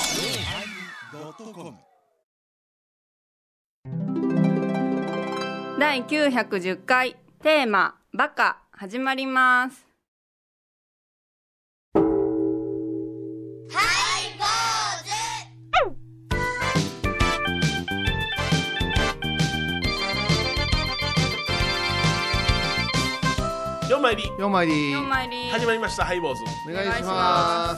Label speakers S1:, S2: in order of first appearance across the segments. S1: yosmir
S2: 第910回テーマ「バカ」始まります
S3: よまいり
S4: よまいり
S2: お参り
S3: 始まりましたハイボーズ
S4: お願いしま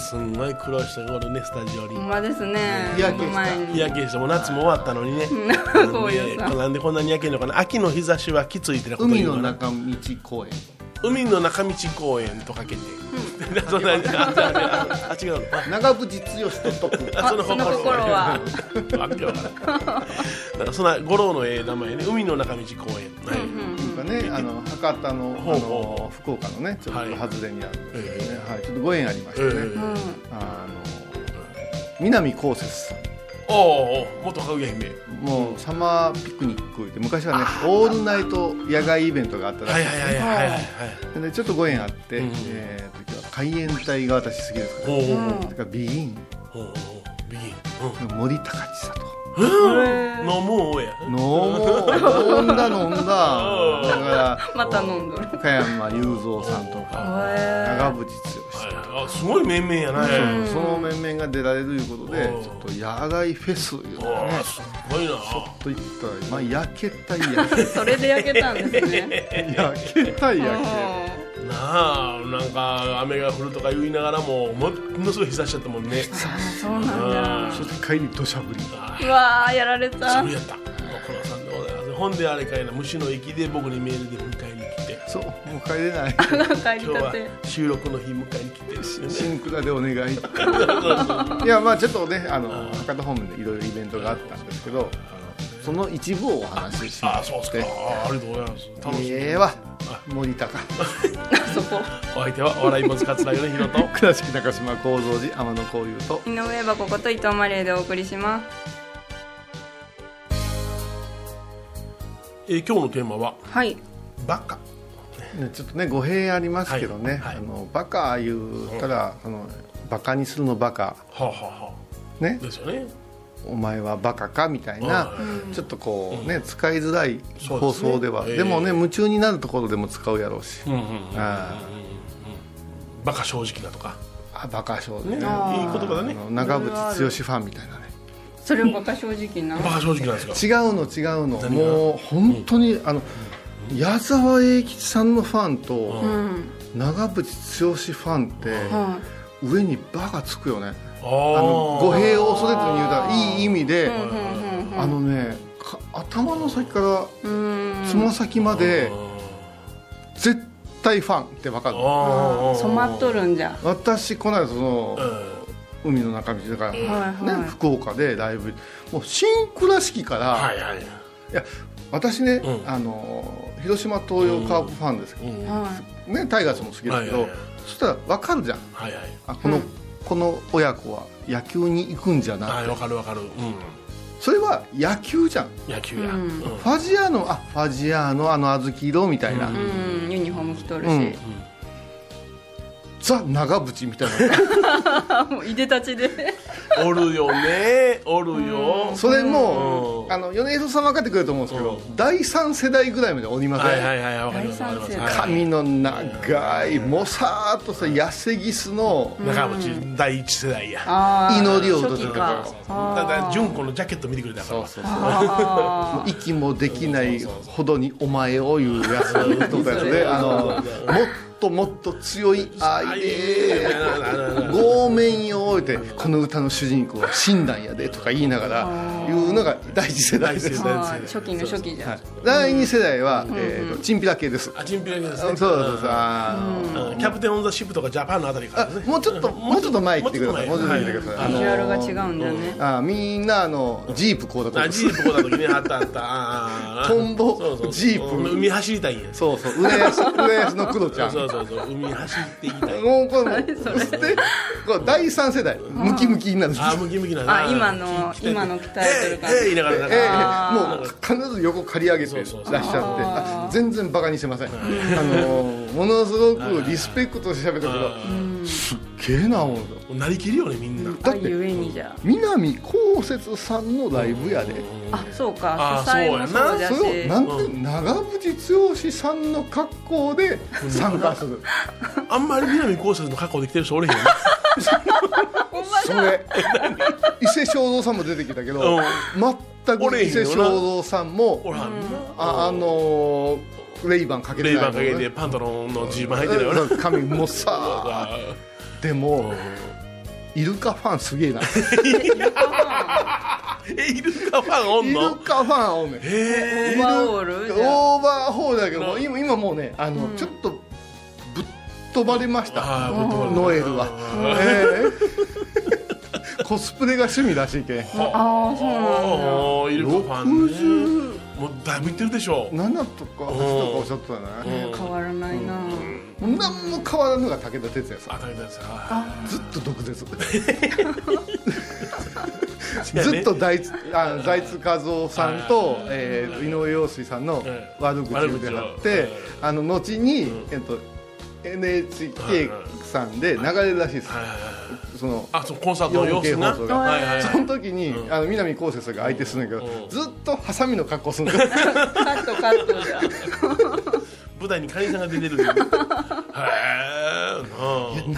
S4: す
S3: すんごい苦労してゴールねスタジオに
S2: ほんまですね
S4: 日焼けした
S2: 前に
S3: 日焼けしてもう夏も終わったのにね
S2: そうよさ
S3: なんでこんなに焼けんのかな秋の日差しはきついってなこと
S4: 海
S3: 言う
S4: の
S3: から
S4: 中道公園
S3: 海の中道公園とかけて、そんなあああ違うの
S4: 長渕剛と解く
S3: あその
S2: その心は
S3: わけわからんなんかそんな五郎のええ名前ね海の中道公園、はい
S4: とかね、あの博多の
S3: ほうほう
S4: あの福岡のねちょっ
S3: はい
S4: と外れにあるんですよね、
S3: え
S4: はいちょっとご縁ありましたね、
S3: ええ
S4: あの南こうせつさ
S3: おうおう元かぐや姫
S4: んもうサマーピクニックって昔はねオールナイト野外イベントがあったら
S3: は
S4: しい
S3: いはいはいはいはいはい
S4: でねちょっとご縁あって、
S3: うん
S4: えー時は海援隊が私好きですか
S3: おうおう
S4: ら、だからビギン
S3: おうおうおうビギン
S4: の森高千里
S3: うん飲もうや
S4: 飲もう飲んだ飲んだだか
S2: また飲んどる
S4: ら加山雄三さんとか長渕剛
S3: はいはいあすごい面々やな、ね
S4: さんその面々が出られるということで
S3: うん
S4: ちょっと野外フェスいうのをね
S3: あすごいな
S4: といったら、まあ、焼けたい 焼け
S2: それで焼けたんですね
S4: 焼けたい焼
S2: う
S3: なあなんか雨が降るとか言いながらもものすごい日差しだったもんね
S2: そうなんだ
S4: け そして帰り土砂降り
S3: あ
S2: うわーやられ
S3: あ
S2: た
S3: それやったご苦労さんでございます本であれかいな虫の息で僕にメールで迎えに来て
S4: そうもう帰れ ない
S2: 帰り
S3: 今日
S2: た
S3: は
S2: て
S3: 収録の日迎えに来てです よね
S4: 新倉でお願いいやまあちょっとねあの博多方面でいろいろイベントがあったんですけどあのその一部をお話しし
S3: あ
S4: ま
S3: あそうっ
S4: し
S3: すか
S4: て
S3: あありがとうございます楽しみ
S4: ええわ森高
S2: そこ
S3: お相手はお笑い坊主桂米宏と
S4: 倉敷中島幸三寺天野幸雄と
S2: 井上はここと伊藤マレーでお送りします
S3: えー今日のテーマは
S2: はい
S3: バカ
S4: ねちょっとね語弊ありますけどね、
S3: はいはい
S4: あのバカ言うたら、あのバカにするのバカ
S3: はあ、はあは
S4: ね
S3: あ、ですよね
S4: お前はバカかみたいな、
S3: う
S4: ちょっとこうね、使いづら
S3: そう
S4: い
S3: ですね
S4: 放送ではで,、
S3: ええ
S4: もね夢中になるところでも使うやろうし、
S3: うんうん
S4: あ
S3: バカ正直だとか
S4: ーあバカ賞で
S3: ねい
S4: ね
S3: い言葉だね
S4: あの長渕剛ファンみたいなね
S2: それバカ正直な
S3: バカ正直なんですか
S4: 違うの違うのもう本当に、あの矢沢永吉さんのファンと
S2: うん
S4: 長渕剛ファンって、
S2: は
S4: 上に「バ」がつくよね
S3: あ
S4: あの語
S3: あ
S4: 弊を恐れずに言うたらいい意味で、
S2: いうんうん
S4: あのねか頭の先か
S2: うんう
S4: ら
S2: ん
S4: つま先まで絶対ファンって分かる
S3: ああ
S2: 染まっとるんじゃ
S4: 私この間その
S3: うん
S4: 海の中道だから、
S2: はい
S4: ね
S2: はい
S4: 福岡でライブもう新倉敷から、、
S3: はいいはい
S4: や私ね、
S3: うん
S4: あの広島東洋カープファンですけど、
S2: は
S4: ね、タイガースも好きだけど、
S3: はいはいはい
S4: そしたら分かるじゃん
S3: はいはい
S4: あこの、この親子は野球に行くんじゃない、
S3: はいわかるわかるうん
S4: それは野球じゃん
S3: 野球や
S2: う
S3: うんん
S4: ファジアーノあファジアーノあの小豆色みたいな、
S3: う
S2: いうんユニフォーム着とる
S4: う
S2: し
S4: んザ長渕みた いな
S2: あ もういでたちで
S3: おるよねおるよ
S4: それも、
S3: うん
S4: あの米広さん分かってくれると思うんですけど、
S3: う
S4: 第3世代ぐらいまでおりません、
S3: はいはいはいわかりますわかりま
S2: 大賛
S3: す
S2: 成
S3: はい
S4: 髪の長いもさーっとした痩せぎすの
S3: 中渕第一世代や
S2: あー
S4: 祈りを歌って
S2: 初期
S4: た
S2: か
S3: ただ純子のジャケット見てくれたから
S2: あ
S4: 息もできないほどにお前を言うやつとかやつであのもっともっと強い愛で傲慢よーってこの歌の主人公は親鸞やでとか言いながらいうのが第一世代です
S3: 第一世代
S2: ーあー初期の初期じゃ
S4: 第二世代は、えーとチンピラ系です。
S3: あチンピラです
S4: そう
S3: ね
S4: そうそうあー
S3: うんキャプテン・オン・ザ・シップとかジャパンのあたりから
S4: あ
S3: ですね
S4: もうちょっともうちょっと前行ってください。も
S3: も
S4: う
S3: う
S4: ち
S3: ち
S4: ょ
S3: ょ
S4: っ
S3: っ
S4: と
S3: と
S4: 前
S2: あビ
S3: 前
S4: 行ってください。あの
S2: ジュアルが
S4: ー
S2: 違うんだよね
S4: あーみんなあのジープこうだったん
S3: あ
S4: です
S3: ジープ来た時ねあったあったあー
S4: トンボ
S3: そうそう
S4: ジープ
S3: 海走りたいんや
S4: そうそう、浦安、浦安のクロちゃん。
S3: そうそうそうそう海走っていきたい
S4: もうこれも
S2: 何それ
S4: そしてこれ第三世代ムキムキになるんです
S3: あムキムキな
S2: あ今の今の鍛えてる感じ
S3: ええええ言いながらなん
S4: ええ
S3: か
S4: もう必ず横刈り上げて
S3: そう
S4: らっし
S3: そうそ
S4: ゃって
S3: う
S4: あ全然バカにしてません、あのものすごくリスペクトして喋ったけどすっげえな思うと
S3: もうなりきるよねみんな
S2: あ
S4: だって
S2: ゆえにじゃ
S4: 南こうせつさんのライブやで、
S2: ああそうか
S3: あ
S2: 主催もそうじゃし
S4: それをなんで、
S3: う
S4: 長渕剛さんの格好で参加する
S3: あんまり南こうせつの格好できてる人おれへんよね
S2: ほんま
S4: そ
S2: だ
S4: れ伊勢正蔵さんも出てきたけど、
S3: うん
S4: 全
S3: おれへ
S4: く伊
S3: んよな
S4: 勢正蔵さん
S3: ほら
S4: も
S3: みんな
S4: ああのーレイバンかけて
S3: レイ
S4: ない
S3: バンかけてパンタロンのジーパン履いてるよな
S4: うん髪もさ
S3: あ
S4: でもイルカファンすげえなイ
S3: えイルカファンおん
S4: ル
S3: の
S4: カファンおんねん
S3: え
S2: オ
S3: え
S2: ーバーオールじゃあ
S4: オーバーホールだけどもう今今もうねあの、ちょっとぶっ飛ばれました
S3: あーぶっ飛ばれた
S4: ノエルは、ええコスプレが趣味らしいけん
S2: あーそうなんだ
S3: おーイルカファンね
S4: 67
S3: もうだいぶいってるでしょ
S4: とか8とかおっしゃってたな、
S3: うん
S2: 変わらないな
S4: もう何も変わらんのが武田鉄矢さ
S3: あ
S4: ん
S3: 食べたやつあ
S4: ずっと毒舌
S3: やね
S4: ずっと財津あ財津和夫さんと、えー井上陽水さんの
S3: ええ
S4: 悪口を出張っ
S3: 悪
S4: て
S3: 口をえ
S4: あの後に、えっと NHK さんで流れるらしいです、
S3: はいはいはい
S4: その
S3: あそうコンサートの様子な
S4: 4K 放送
S3: は
S4: が
S3: いはい
S4: その時に、あの南こうせつが相手するんだけど、ずっとハサミの格好するんだよ
S2: カットカットじゃ
S3: 舞台にカニさんが出てるへえない
S4: 中渕剛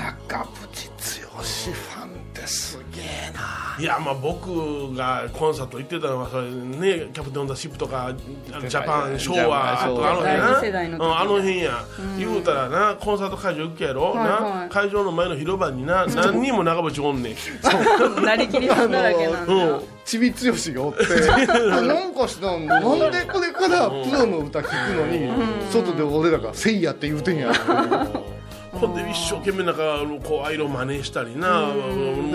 S4: ファンってすげえな
S3: あいやまあ僕がコンサート行ってたのはそれねキャプテン・オン・ザ・シップとかジャパン昭和あ
S4: ジャ
S3: と
S4: パ
S3: あの
S4: ン昭
S2: 和
S3: 辺
S2: 第二世代
S3: な
S2: の時
S3: うんあの辺や言うたらなコンサート会場行くやろ
S2: はいはい
S3: な会場の前の広場にな何人も長渕おんねん
S2: あなりきりさんだらけなんだ
S3: うん
S4: ちびつよしがおって あなんかしたんなんでこれからプロの歌聴くのに外で俺らが「せいや」って言うて んや
S3: ほんで一生懸命なんかあのこうアイロン真似したりなもう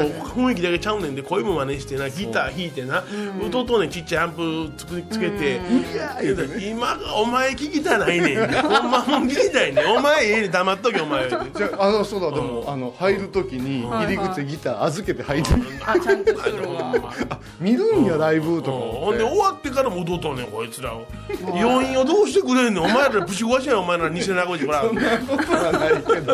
S3: 雰囲気だけちゃうねんで声も真似してなギター弾いてな弟ねちっちゃいアンプつくつけて
S4: やー
S3: けど今がお前聞きたないねんほんまもん聞きたいねんお前家に黙っとけお前言うて
S4: じゃああのそうだでもあの入る時に入り口でギター預けて入って
S2: あちゃんとするわ
S4: あ見るんやライブとか
S3: ほ
S4: 思
S3: ん
S4: っ
S3: で
S4: て
S3: 終わってからも弟ねんこいつらを要因をどうしてくれんねんお前らプチ壊しやんお前ら偽名護士ほら
S4: そんなことはないけど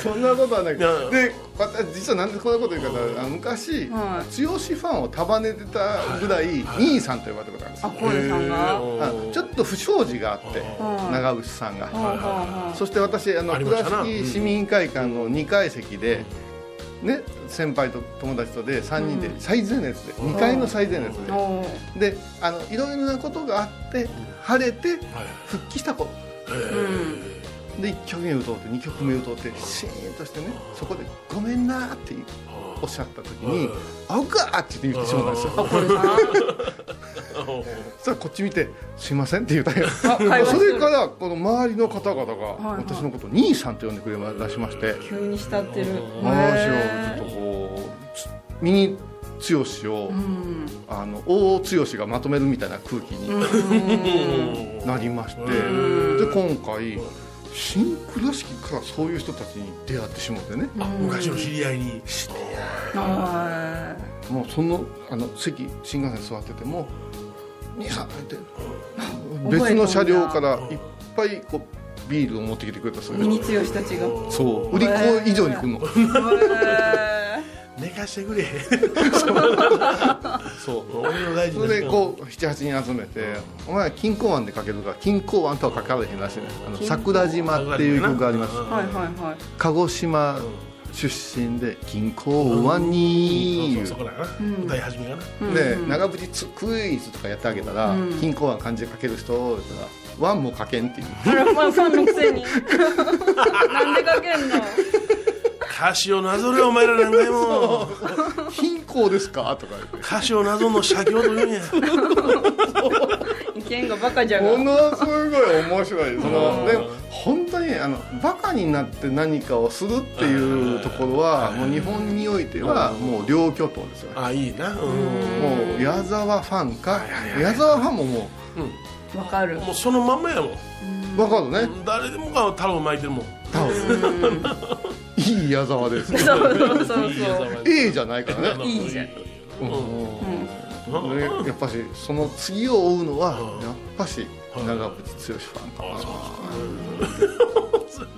S4: そんなことはないけどでまた実はなんでこんなこと言うかというとあの昔剛
S2: は
S4: ファンを束ねてたぐらい兄さんと呼ばれてたんです
S2: あ
S4: よ
S2: コネさんがは
S4: あちょっと不祥事があって
S2: はい
S4: 長渕さんが。
S2: あは
S4: そして私あの
S3: ありまし
S4: 倉
S3: たな
S4: 敷市民会館の2階席で、ね、先輩と友達とで3人で最前列で、2階の最前列
S2: あはあおう
S4: でであのいろいろなことがあって晴れて復帰した子
S2: うん
S4: で1曲目歌うて2曲目歌うてシーンとしてねそこで「ごめんな」っておっしゃった時に「あうか!」って言ってしまったんですよ。
S2: あコネさん
S4: そしたらこっち見て「すいません」って言ったよ そ
S2: 会話してる
S4: れからこの周りの方々が
S2: はい
S4: 私のことを兄さんと呼んでくれだしまして
S2: 急に慕ってる
S4: 話を
S2: へ
S4: ち
S2: ー
S4: ょっとこうつミニ剛を、
S2: うん
S4: あの大剛がまとめるみたいな空気になりまして、で今回新倉敷からそういう人たちに出会ってしまってね、
S3: あ昔の知り合いに
S2: は
S4: もうそのあの席新幹線座ってても「兄さん」って別の車両からいっぱいこうビールを持ってきてくれたそう
S2: い
S4: で
S2: ミ
S4: す
S2: ニ強し人たちが
S4: そう売り子以上に来るの
S2: へ
S3: 寝かしてくれ
S4: そう
S3: 俺の大事
S4: そ
S3: な時
S4: れで
S3: 間
S4: こう78人集めて「お前金庫湾でかけるから金庫湾とはかからへんらしいねあの桜島っていう曲があります
S2: ーはいはいはい
S4: 鹿児島出身で金庫湾に
S3: そうそうそこだな、歌い始めがな
S4: で長渕つクイズとかやってあげたら「金庫湾漢字でかける人」言ったら「湾もかけん」って いう
S2: あらまあファンのくせになんでかけんの
S3: 歌詞をなぞれお前ら何回も
S4: 「金庫ですか?」とか言って。
S3: 歌詞をなぞんの写経と言うんや
S2: 意見がバカ じゃ
S4: も
S2: が
S4: のすごい面白いそのでも本当にあのバカになって何かをするっていうところはもう日本においてはもう両巨頭ですよね
S3: あいいなうん
S4: もう矢沢ファンか矢沢ファンもも
S2: わかる
S3: もうそのまんまやもん
S4: う分かるね
S3: 誰でもが太郎巻いてるもん
S4: 歌を いい矢沢ですね
S2: そうそうそう
S3: い
S2: そ
S3: い
S2: う
S3: よ
S4: A じゃないからね、
S2: いいじゃん
S4: うんねやっぱしその次を追うのはやっぱし長渕剛ファン
S3: あそう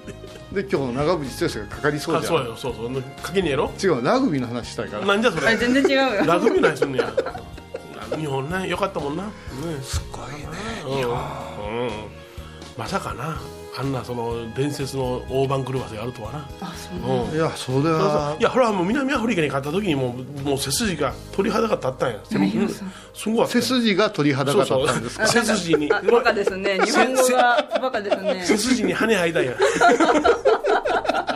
S4: で今日の長渕剛がかかりそう
S3: か
S4: じゃ
S3: そうんよそうそうかけにやろ
S4: 違うラグビーの話したいから
S3: なんじゃそ
S2: あ
S3: れ
S2: 全然違うよ
S3: ラグビーの話すんねや日本ねよかったもんなねすごいねうんまさかなあんなその伝説の大番狂わせがあるとはな
S2: あそんない
S4: やそれ
S3: そう
S4: は
S3: そういやほらもう南アフリカに勝った時にもうもう背筋が鳥肌が立ったんや背
S2: いや
S3: 筋
S2: そう
S3: すごい
S4: 背筋が鳥肌が立ったんですか
S3: 背筋に
S2: あバカですね日本語がバカですね
S3: 背筋に羽生えたんや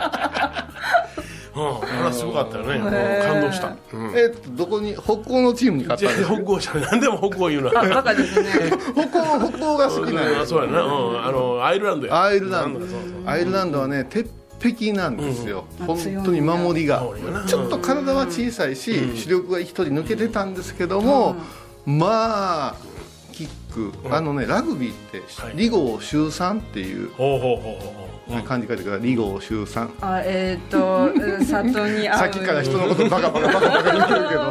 S3: うんあらすごかったよねうん感動した
S4: えっとどこに北欧のチームに勝
S3: じゃ
S4: ったんで す
S3: 北欧じゃない何でも北欧言うな
S2: バカですね
S4: 北欧北欧が好きなんです
S3: あそうやな、うん、あのアイルランドや
S4: アイルラン
S3: なんだそう
S4: ドアイルランドはね鉄壁なんですよ、本当に守りが
S3: 守りがな
S4: ちょっと体は小さいし、主力が一人抜けてたんですけども、まあキック、あのねラグビーって
S3: はい
S4: 「ゴー週3」っていう
S3: ほうほうほうほうほう
S4: 漢字書いてください「ゴー週3」
S2: あえっ、ー、と里に合う
S4: さっきから人のことバカバカバカバカ言ってるけどあ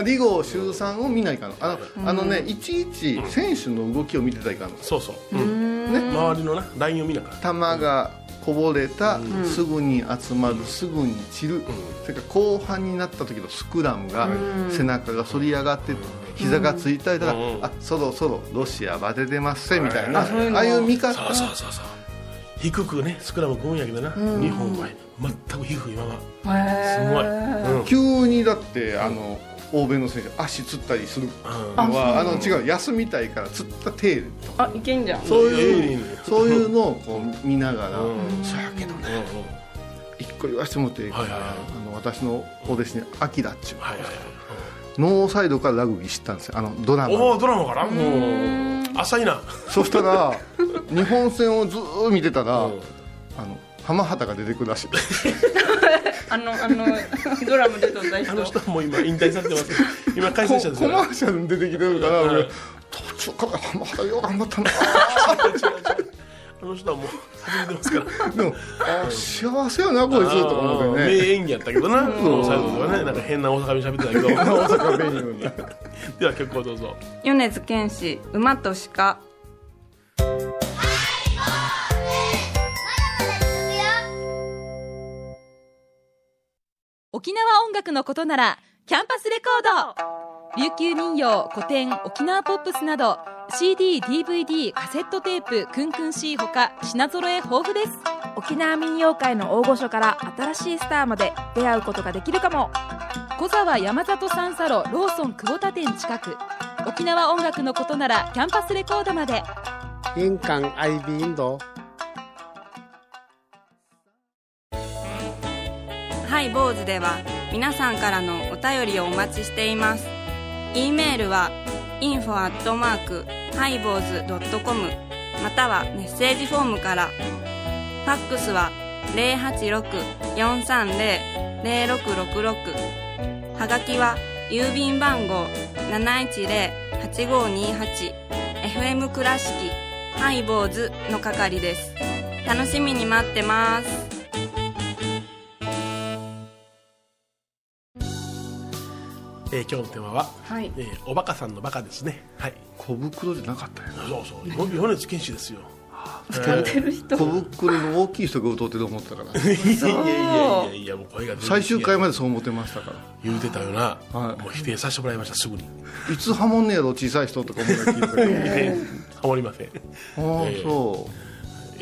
S4: 「ゴー週3」を見ないかんのあの,、あのねいちいち選手の動きを見てたらいかんの
S3: そうそう、うんね、周りのなラインを見ながら
S4: 球がこぼれた、すぐに集まる、すぐに散る、それから後半になった時のスクラムが、背中が反り上がって、膝がついたりだから、
S3: うん
S4: あそろそろロシアは出てますせ、みたいな、
S3: あそういう
S2: の
S4: ああいう見方
S3: そうそうそうそう低くねスクラム組むんやけどな、日本は全く皮膚今はすごい、
S2: へ
S3: うん
S4: 急にだってあの欧米の選手足つったりするのは、あの違う休みたいからつった手でとか
S2: ーあいけんじゃん
S4: そう
S3: いい
S4: いう
S3: ね
S4: そういうのをこう見ながら、
S3: うん
S4: そうやけど
S3: うんうん
S4: 一個言わせてもらっていいかな、
S3: はいはいはい
S4: あの私のお弟子にアキラっちゅう
S3: はいはいはい
S4: ノーサイドからラグビー知ったんですよあのドラ
S3: うんお
S4: マ
S3: おドラマからうん浅いな
S4: そした ら日本戦をずーっと見てたら、
S3: うん
S4: あの浜畑が出てくるら しい
S2: あのあのドラマで撮った
S3: あ
S2: 人
S3: の人はもう今引退されて ますけど今解
S4: コ
S3: 説者です
S4: コ
S3: よ
S4: マーシャルに出てきてるから、
S3: うん
S4: 俺途中から浜畑よう頑張 ったな
S3: あの人はもう始めてますから
S4: でもあー幸せやなこいつとか思っ
S3: あー
S4: て
S3: 名
S4: ね
S3: 演技やったけどなそう最後とかねなんか変な大阪弁喋ってたけど
S4: 大阪メニューに
S3: では結構どうぞ
S2: 米津玄師馬と鹿
S1: 沖縄音楽のことならキャンパスレコード琉球民謡古典沖縄ポップスなど CDDVD カセットテープクンクン C ほか品揃え豊富です
S5: 沖縄民謡界の大御所から新しいスターまで出会うことができるかも
S1: 小沢山里三佐路ローソン久保田店近く沖縄音楽のことならキャンパスレコードまで
S6: 印港 IB 印度。
S2: はい坊主では皆さんからのお便りをお待ちしています e メールは info アットマークハイボーズドットコムまたはメッセージフォームからファックスは086-430-0666はがきは郵便番号 710-8528FM 倉敷ハイボーズの係です楽しみに待ってます
S3: えー今日のテーマは、
S2: はい
S3: えーおバカさんのバカですねはい
S4: 小袋じゃなか ったよな
S3: そうそうよ米津玄師ですよ
S4: 小袋の大きい人が歌ってると思ってたから
S3: いやいやいやいやもう声が出てきて
S4: 最終回までそう思ってましたから
S3: 言うてたよな、
S4: はい
S3: もう否定させてもらいましたすぐに
S4: いつハモんねやろ小さい人とか思いながら聞 いてたけど
S3: ハモりません
S4: ああそう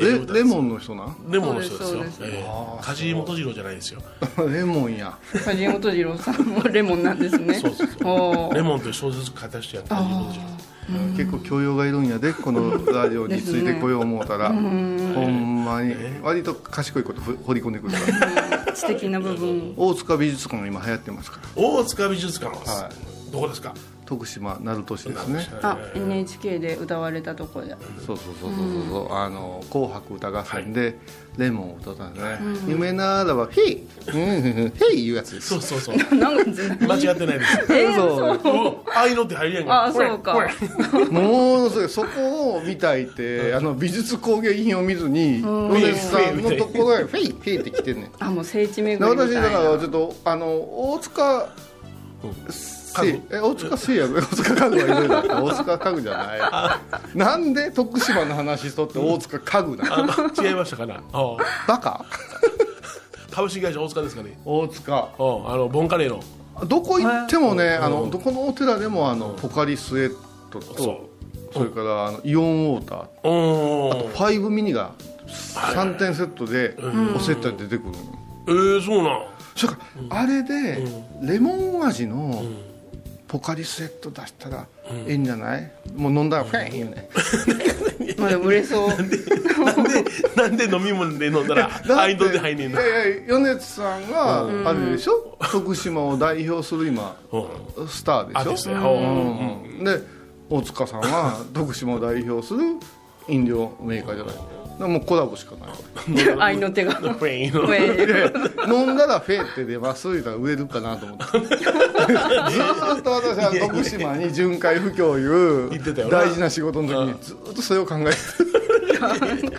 S3: ええ
S4: レレモンの人な
S3: レモンの人です
S2: そう
S3: よ
S2: です
S3: えー梶井本次郎じゃないですよ
S4: レモンや
S2: 梶本次郎さんもレモンなんですね。
S3: そうそうそう
S2: お
S3: レ
S2: ー
S3: モンという小説書いた人やった梶井本次郎
S4: 結構教養がいるんやでこのラジオについてこよう思うたら、ほんまに割と賢いことふ掘り込んでくるから
S2: 知的な部分。
S4: 大塚美術館が今流行ってますから
S3: 大塚美術館、
S4: は
S3: どこですか
S4: 徳島鳴門市ですね
S2: あ NHK で歌われたとこで
S4: そうそうそうそうそう、うあの紅白歌合戦でレモンを歌ったんですね、夢ならば「ヘイ!」うん「ヘイ!」いうやつです
S3: そう そうそう
S2: なんかず
S3: 間違ってないです
S2: えー、
S4: そ
S2: そうう
S3: お愛のって入りやんか
S2: あそうか
S4: もうそれそこを見たいってあの美術工芸品を見ずにお弟子さんのところへフェイフェイって来てんねん
S2: あもう聖地巡
S4: で
S2: りみた
S4: 私
S2: い
S4: だから
S2: な
S4: ちょっとあの大塚せいえ大塚製薬 大塚家具はいろいろあった大塚家具じゃないなんで徳島の話しとって大塚家具なの
S3: あ違いましたかなあ
S4: バカ
S3: 株式会社大塚ですかね
S4: 大塚
S3: おあのボンカレーの
S4: どこ行ってもねあ
S3: う
S4: の
S3: ん
S4: どこのお寺でもあのポカリスエット
S3: そ
S4: とそれからあのイオンウォーター
S3: うお
S4: ファイブミニが3点セットでおせっに出てくるのよ
S3: えー、そう なん
S4: それからあれでレモン味のポカリスエット出したらいいんじゃないもう飲んだらフェンよね
S2: まあでも売れそう
S3: なんでなんで飲み物で飲んだら
S4: だって
S3: 愛ので 入んねん
S4: い
S3: な
S4: やいや米津さんがあれでしょ徳島を代表する今
S3: うん
S4: スタ
S3: アー
S4: ー
S3: ティ
S4: で
S3: ス
S4: し
S3: ト
S4: ょ
S3: やほう
S4: うんで大塚さんは徳島を代表する飲料メーカーじゃないだからもうコラボしかないわ
S2: 愛の手 が
S3: フェインの
S2: ごめん
S4: いやいや 飲んだらフェって出ます言うたら売れるかなと思 ってずーっと私は徳島に巡回不況
S3: 言っ
S4: い
S3: てたよ
S4: う
S3: な
S4: 大事な仕事の時にずーっとそれを考え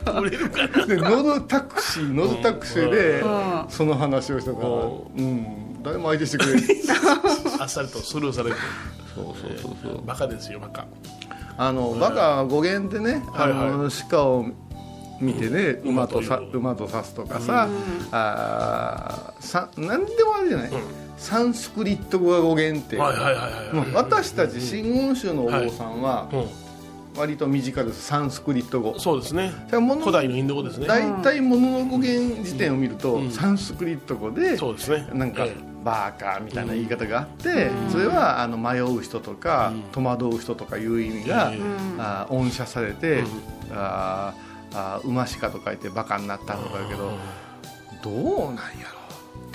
S3: 売れるかな
S4: てで乗るタクシー乗るタクシーでその話をしてたから
S3: う
S4: うん誰も相手して くれない
S3: あっさりとスルーされる
S4: そうそうそうそう
S3: バカですよバカ
S4: あのバカ語源でねあ
S3: はいは
S4: の鹿を見てね
S3: うん
S4: 馬とさ
S3: 馬と
S4: 馬と刺すとかさあーさ何でもあるじゃないサンスクリット語が語源って
S3: はいはいはいはい、はい
S4: 私たち真言宗のお坊さんは
S3: う
S4: 割と身近ですサンスクリット語
S3: ん、そうですね
S4: だからもの
S3: 古代のインド語ですね
S4: 大体ものの語源辞典を見ると、
S3: ん
S4: サンスクリット語で
S3: そうですね
S4: なんか、
S3: え
S4: バーカーみたいな言い方があって、それはあの迷う人とか、戸惑う人とかいう意味が、
S3: うん
S4: あー音写されて、あーあー馬鹿と書いてバカになったとかだけど、どうなんや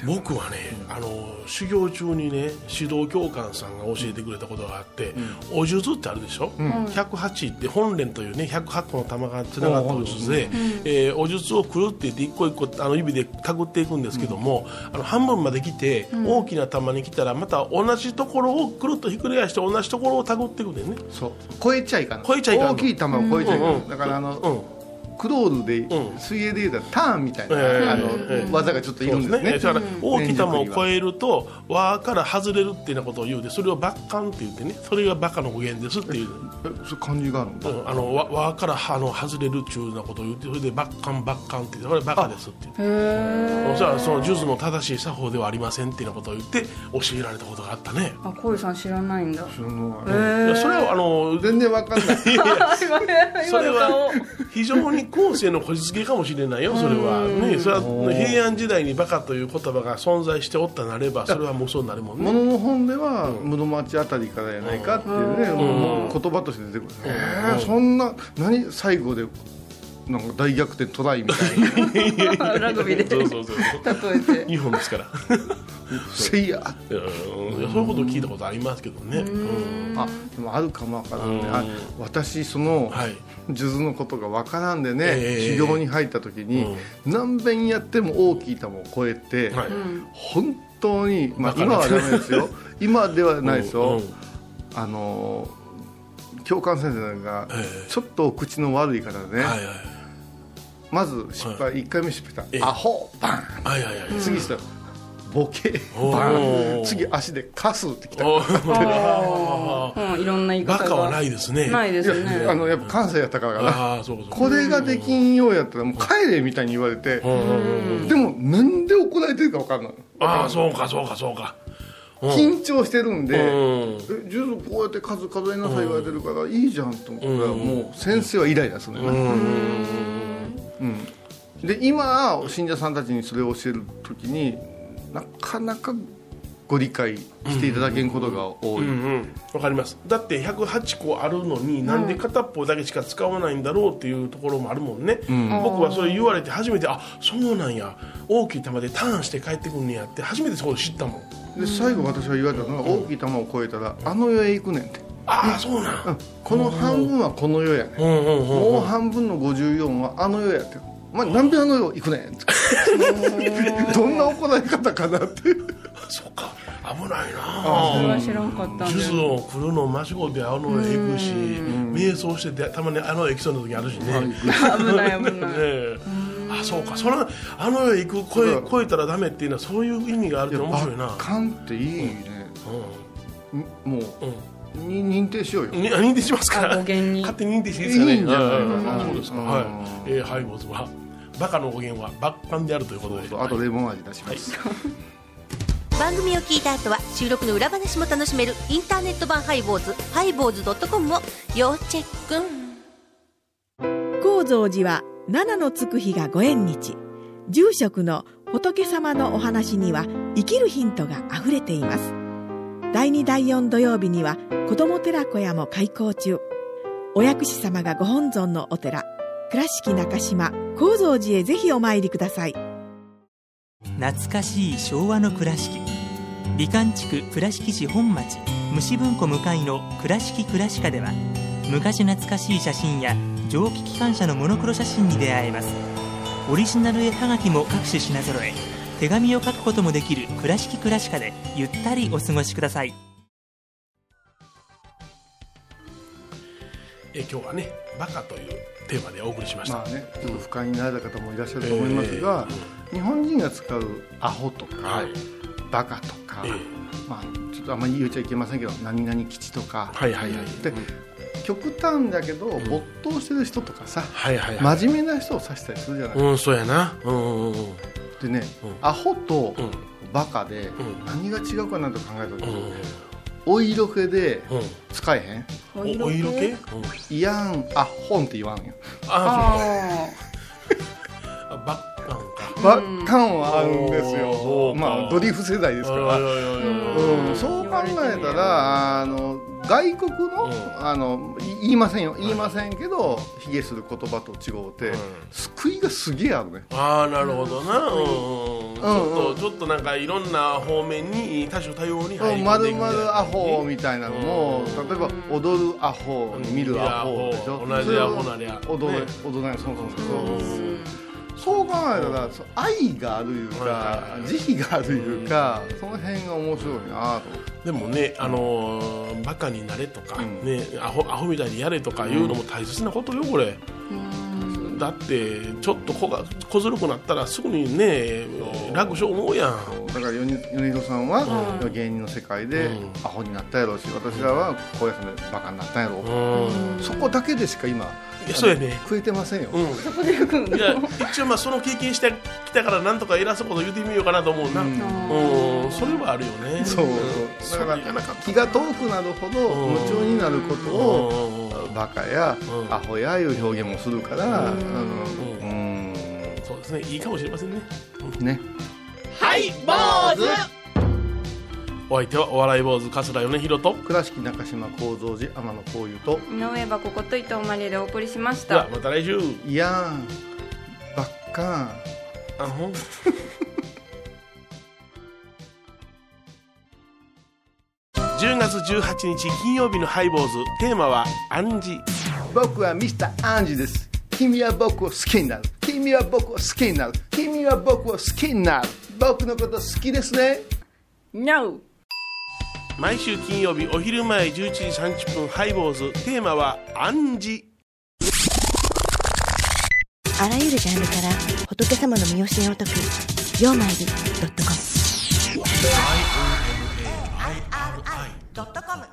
S3: 僕はねあの修行中にね指導教官さんが教えてくれたことがあって、お数珠ってあるでしょ、108って本蓮というね108個の玉がつながったお術で、えーお術をくるっていって一個一個あの指でたぐっていくんですけども、あの半分まで来て、大きな玉に来たらまた同じところをくるっとひっくり返して同じところをたぐっていくんだよね
S4: ろそう超えちゃいかない
S3: 超えちゃいかんの
S4: 大きい球を超えちゃいかない、
S3: うんうん
S4: だからあの、
S3: うん
S4: クロールで、
S3: うん
S4: 水泳で言うたらターンみたいな、
S3: ええ
S4: あの
S3: ええ
S4: 技がちょっといるんですね
S3: だから大きなもを超えると輪から外れるっていうようなことを言うでそれをバッカンって言ってねそれがバカの語源ですっていう、
S4: えそう漢字があるんだ、
S3: うんあの輪輪からあの外れるっちゅうようなことを言ってそれでバッカンバッカンって言ってこれバカですって言ってそしたらその数珠の正しい作法ではありませんっていうようなことを言って教えられたことがあったね、
S2: あコールさん知らないん だ
S4: その
S3: いやそれはあの
S4: 全然わ かんない
S2: 今
S3: それ
S2: の顔
S3: は非常に後世のこじつけかもしれないよ、それは、ね、それは平安時代にバカという言葉が存在しておったなれば、それはもうそうなるもんね
S4: も。のの本では室町あたりからやないかっていうね、もう言葉として出てくる、えーそんな何最後でなんか大逆転トライみた いな
S2: ラグビーで
S3: そうそうそう
S2: 例えて
S3: 日本ですから
S4: せいや
S3: うんそういうこと聞いたことありますけどねうん
S4: あでもあるかもわからんね
S3: うん
S4: あ私その
S3: はい
S4: 数珠のことがわからんでね、
S3: ええ
S4: 修行に入った時に、何遍やっても大きい球を超えて、
S3: はい
S4: 本当に、まあ、
S3: バカ
S4: 今
S3: な
S4: はダメで すよ今ではないですよ、
S3: うんうん
S4: あのー教官先生が
S3: ええ
S4: ちょっとお口の悪い方でね、
S3: はいはい
S4: まず失敗、一1回目失敗し
S3: ええ
S4: たアホバン
S3: はいはいはい
S4: 次したらボケ
S3: お
S4: バ
S3: お
S4: ン次足でカスってきたい
S3: おー
S2: うんいろんな言い
S3: バ
S2: 方
S3: カはないいですね
S2: ないです
S4: や
S2: ね
S4: あのやっぱ感性やったからかな
S3: ああそうかそう
S4: これができんようやったらもう帰れみたいに言われて
S3: うんうんうん
S4: でもなんで怒られてるか分かんない
S3: ああそうかそうかそうか
S4: 緊張してるん
S3: う
S4: で
S3: ん
S4: 「えジュズこうやって数数えなさい」言われてるからいいじゃんと思ったらもう先生はイライラするのよねうんで今信者さんたちにそれを教える時になかなかご理解していただけんことが多い、
S3: うんうんわかりますだって108個あるのになんで片っぽだけしか使わないんだろうっていうところもあるもんね、僕はそれ言われて初めてあそうなんや大きい球でターンして帰ってくんねやって初めてそこで知ったもん
S4: で最後私は言われたのが大きい球を越えたらあの世へ行くねんって
S3: ああそうなん、
S4: うんこの半分はこの世やね
S3: うんうんうん
S4: もう半分の54はあの世やってまあ、なんであの世行くねんってどんな行い方かなって
S3: そっか危ないな
S2: それは知らんかったん
S3: ジ
S2: で
S3: ュスを来るの間違ってあのへ行くし瞑想しててたまにあのへ行きそうな時あるしね
S2: 危ない危
S3: ね
S2: ない
S3: えあそうかそれはあの世へ行く超え超えたらダメっていうのはそういう意味があるって面白いな
S4: あかんっていいね、ん
S3: う
S4: も
S3: んうん
S4: うに認定しようよ
S3: にあ認定しますから
S2: あ語源に
S3: 勝手に認定していいですよね
S4: いいんじゃないかな
S3: はいそうですか
S4: うん
S3: はいえーハイボーズはバカの語源はバッカンであるということで
S4: あとレモン味出します、
S7: 番組を聞いた後は収録の裏話も楽しめるインターネット版ハイボーズハイボーズドットコムを要チェック
S8: 高蔵寺は七のつく日がご縁日住職の仏様のお話には生きるヒントがあふれています第2第4土曜日には子ども寺小屋も開校中お薬師様がご本尊のお寺倉敷中島・高蔵寺へぜひお参りください
S9: 懐かしい昭和の倉敷美観地区倉敷市本町虫文庫向かいの「倉敷倉敷科」では昔懐かしい写真や蒸気機関車のモノクロ写真に出会えますオリジナル絵はがきも各種品揃え手紙を書くこともできる「倉敷倉敷科」でゆったりお過ごしください
S3: えー今日はねバカというテーマでお送りしました
S4: まあねちょっと不快になられた方もいらっしゃると思いますが、日本人が使うアホとか、
S3: はい
S4: バカとか、
S3: ええ
S4: まあ、ちょっとあんまり言っちゃいけませんけど何々基地とか、
S3: はいはいはい
S4: で極端だけど没頭してる人とかさ、
S3: はいはいはい
S4: 真面目な人を指したりするじゃない、
S3: うんそうやなうんうんうん
S4: でね、
S3: うん
S4: アホと
S3: うん
S4: バカで
S3: ん
S4: 何が違うかなと考えた時、
S3: うん
S4: お色気で
S3: うん
S4: 使えへん
S3: うんおお色気うん
S4: いやんアホンって言わんよ
S2: あ
S3: あそうかバッカンか
S4: ばっかんは合うんです
S3: お
S4: よ
S3: ー
S4: まあドリフ世代ですか
S3: おい
S4: ら
S3: おいおいおい
S4: うん、そう考えたらあの外国の,、
S3: うん
S4: あのい言いませんよ言いませんけど卑下する言葉と違うて、
S3: うん
S4: 救いがすげえあるね
S3: ああなるほどな、うんうん、ち
S4: うん
S3: ょっ
S4: う
S3: と
S4: ん
S3: ちょっとなんかいろんな方面に多種多様に入り込
S4: ま
S3: んでい
S4: る
S3: くみ
S4: ま
S3: たいな
S4: るアホみたいなのも、例えば踊るアホ見るアホでしょ
S3: 同じアホなりゃ
S4: それを踊れ、
S3: ね
S4: 踊らないそうそうそう
S3: うん
S4: そう考えたらそう愛があるいう
S3: は
S4: か
S3: いはい
S4: 慈悲があるいうか、その辺が面白いなと思って
S3: でもね、あのーバカになれとか、
S4: うん
S3: ね、アホアホみたいにやれとかいうのも大切なことよこれ、だってちょっと子が小ずるくなったらすぐにね楽勝思うやん
S4: だから米米広さんは、芸人の世界で
S3: うん
S4: アホになったやろうし私らは高野山でバカになったやろう、
S3: うん
S4: そこだけでしか今
S3: いやそうやね
S4: 食えてませんよ、
S3: うんいや一応まあその経験してきたからなんとか偉そうこと言ってみようかなと思うな、
S4: うん
S3: うん、それはあるよね。
S4: そう
S3: そ
S4: そううだ
S3: 言わ
S4: か
S3: な
S4: ら
S3: かった
S4: 気が遠くなるほど
S3: うん
S4: 夢中になることを
S3: うん
S4: バカや
S3: うん
S4: アホやいう表現もするからうん
S3: うんそうですね、いいかもしれませんね。
S4: うんね
S3: はい、坊主。お相手はお笑い坊主桂米広と。
S4: 倉敷中島幸三寺天野幸雄と
S2: 井上はここと伊藤マリでお送りしまし
S3: では
S2: た、
S3: また来週。
S4: いやんばっかん
S3: あほん。10月18日金曜日のハイボーズテーマは暗示
S4: 僕はミスターアンジです君は僕を好きになる君は僕を好きになる君は僕を好きになる僕のこと好きですね
S2: No!
S3: 毎週金曜日お昼前11時30分ハイボーズテーマは暗示
S10: あらゆるジャンルから仏様の身教えを解く「曜マイルドットコム」
S7: ドットコム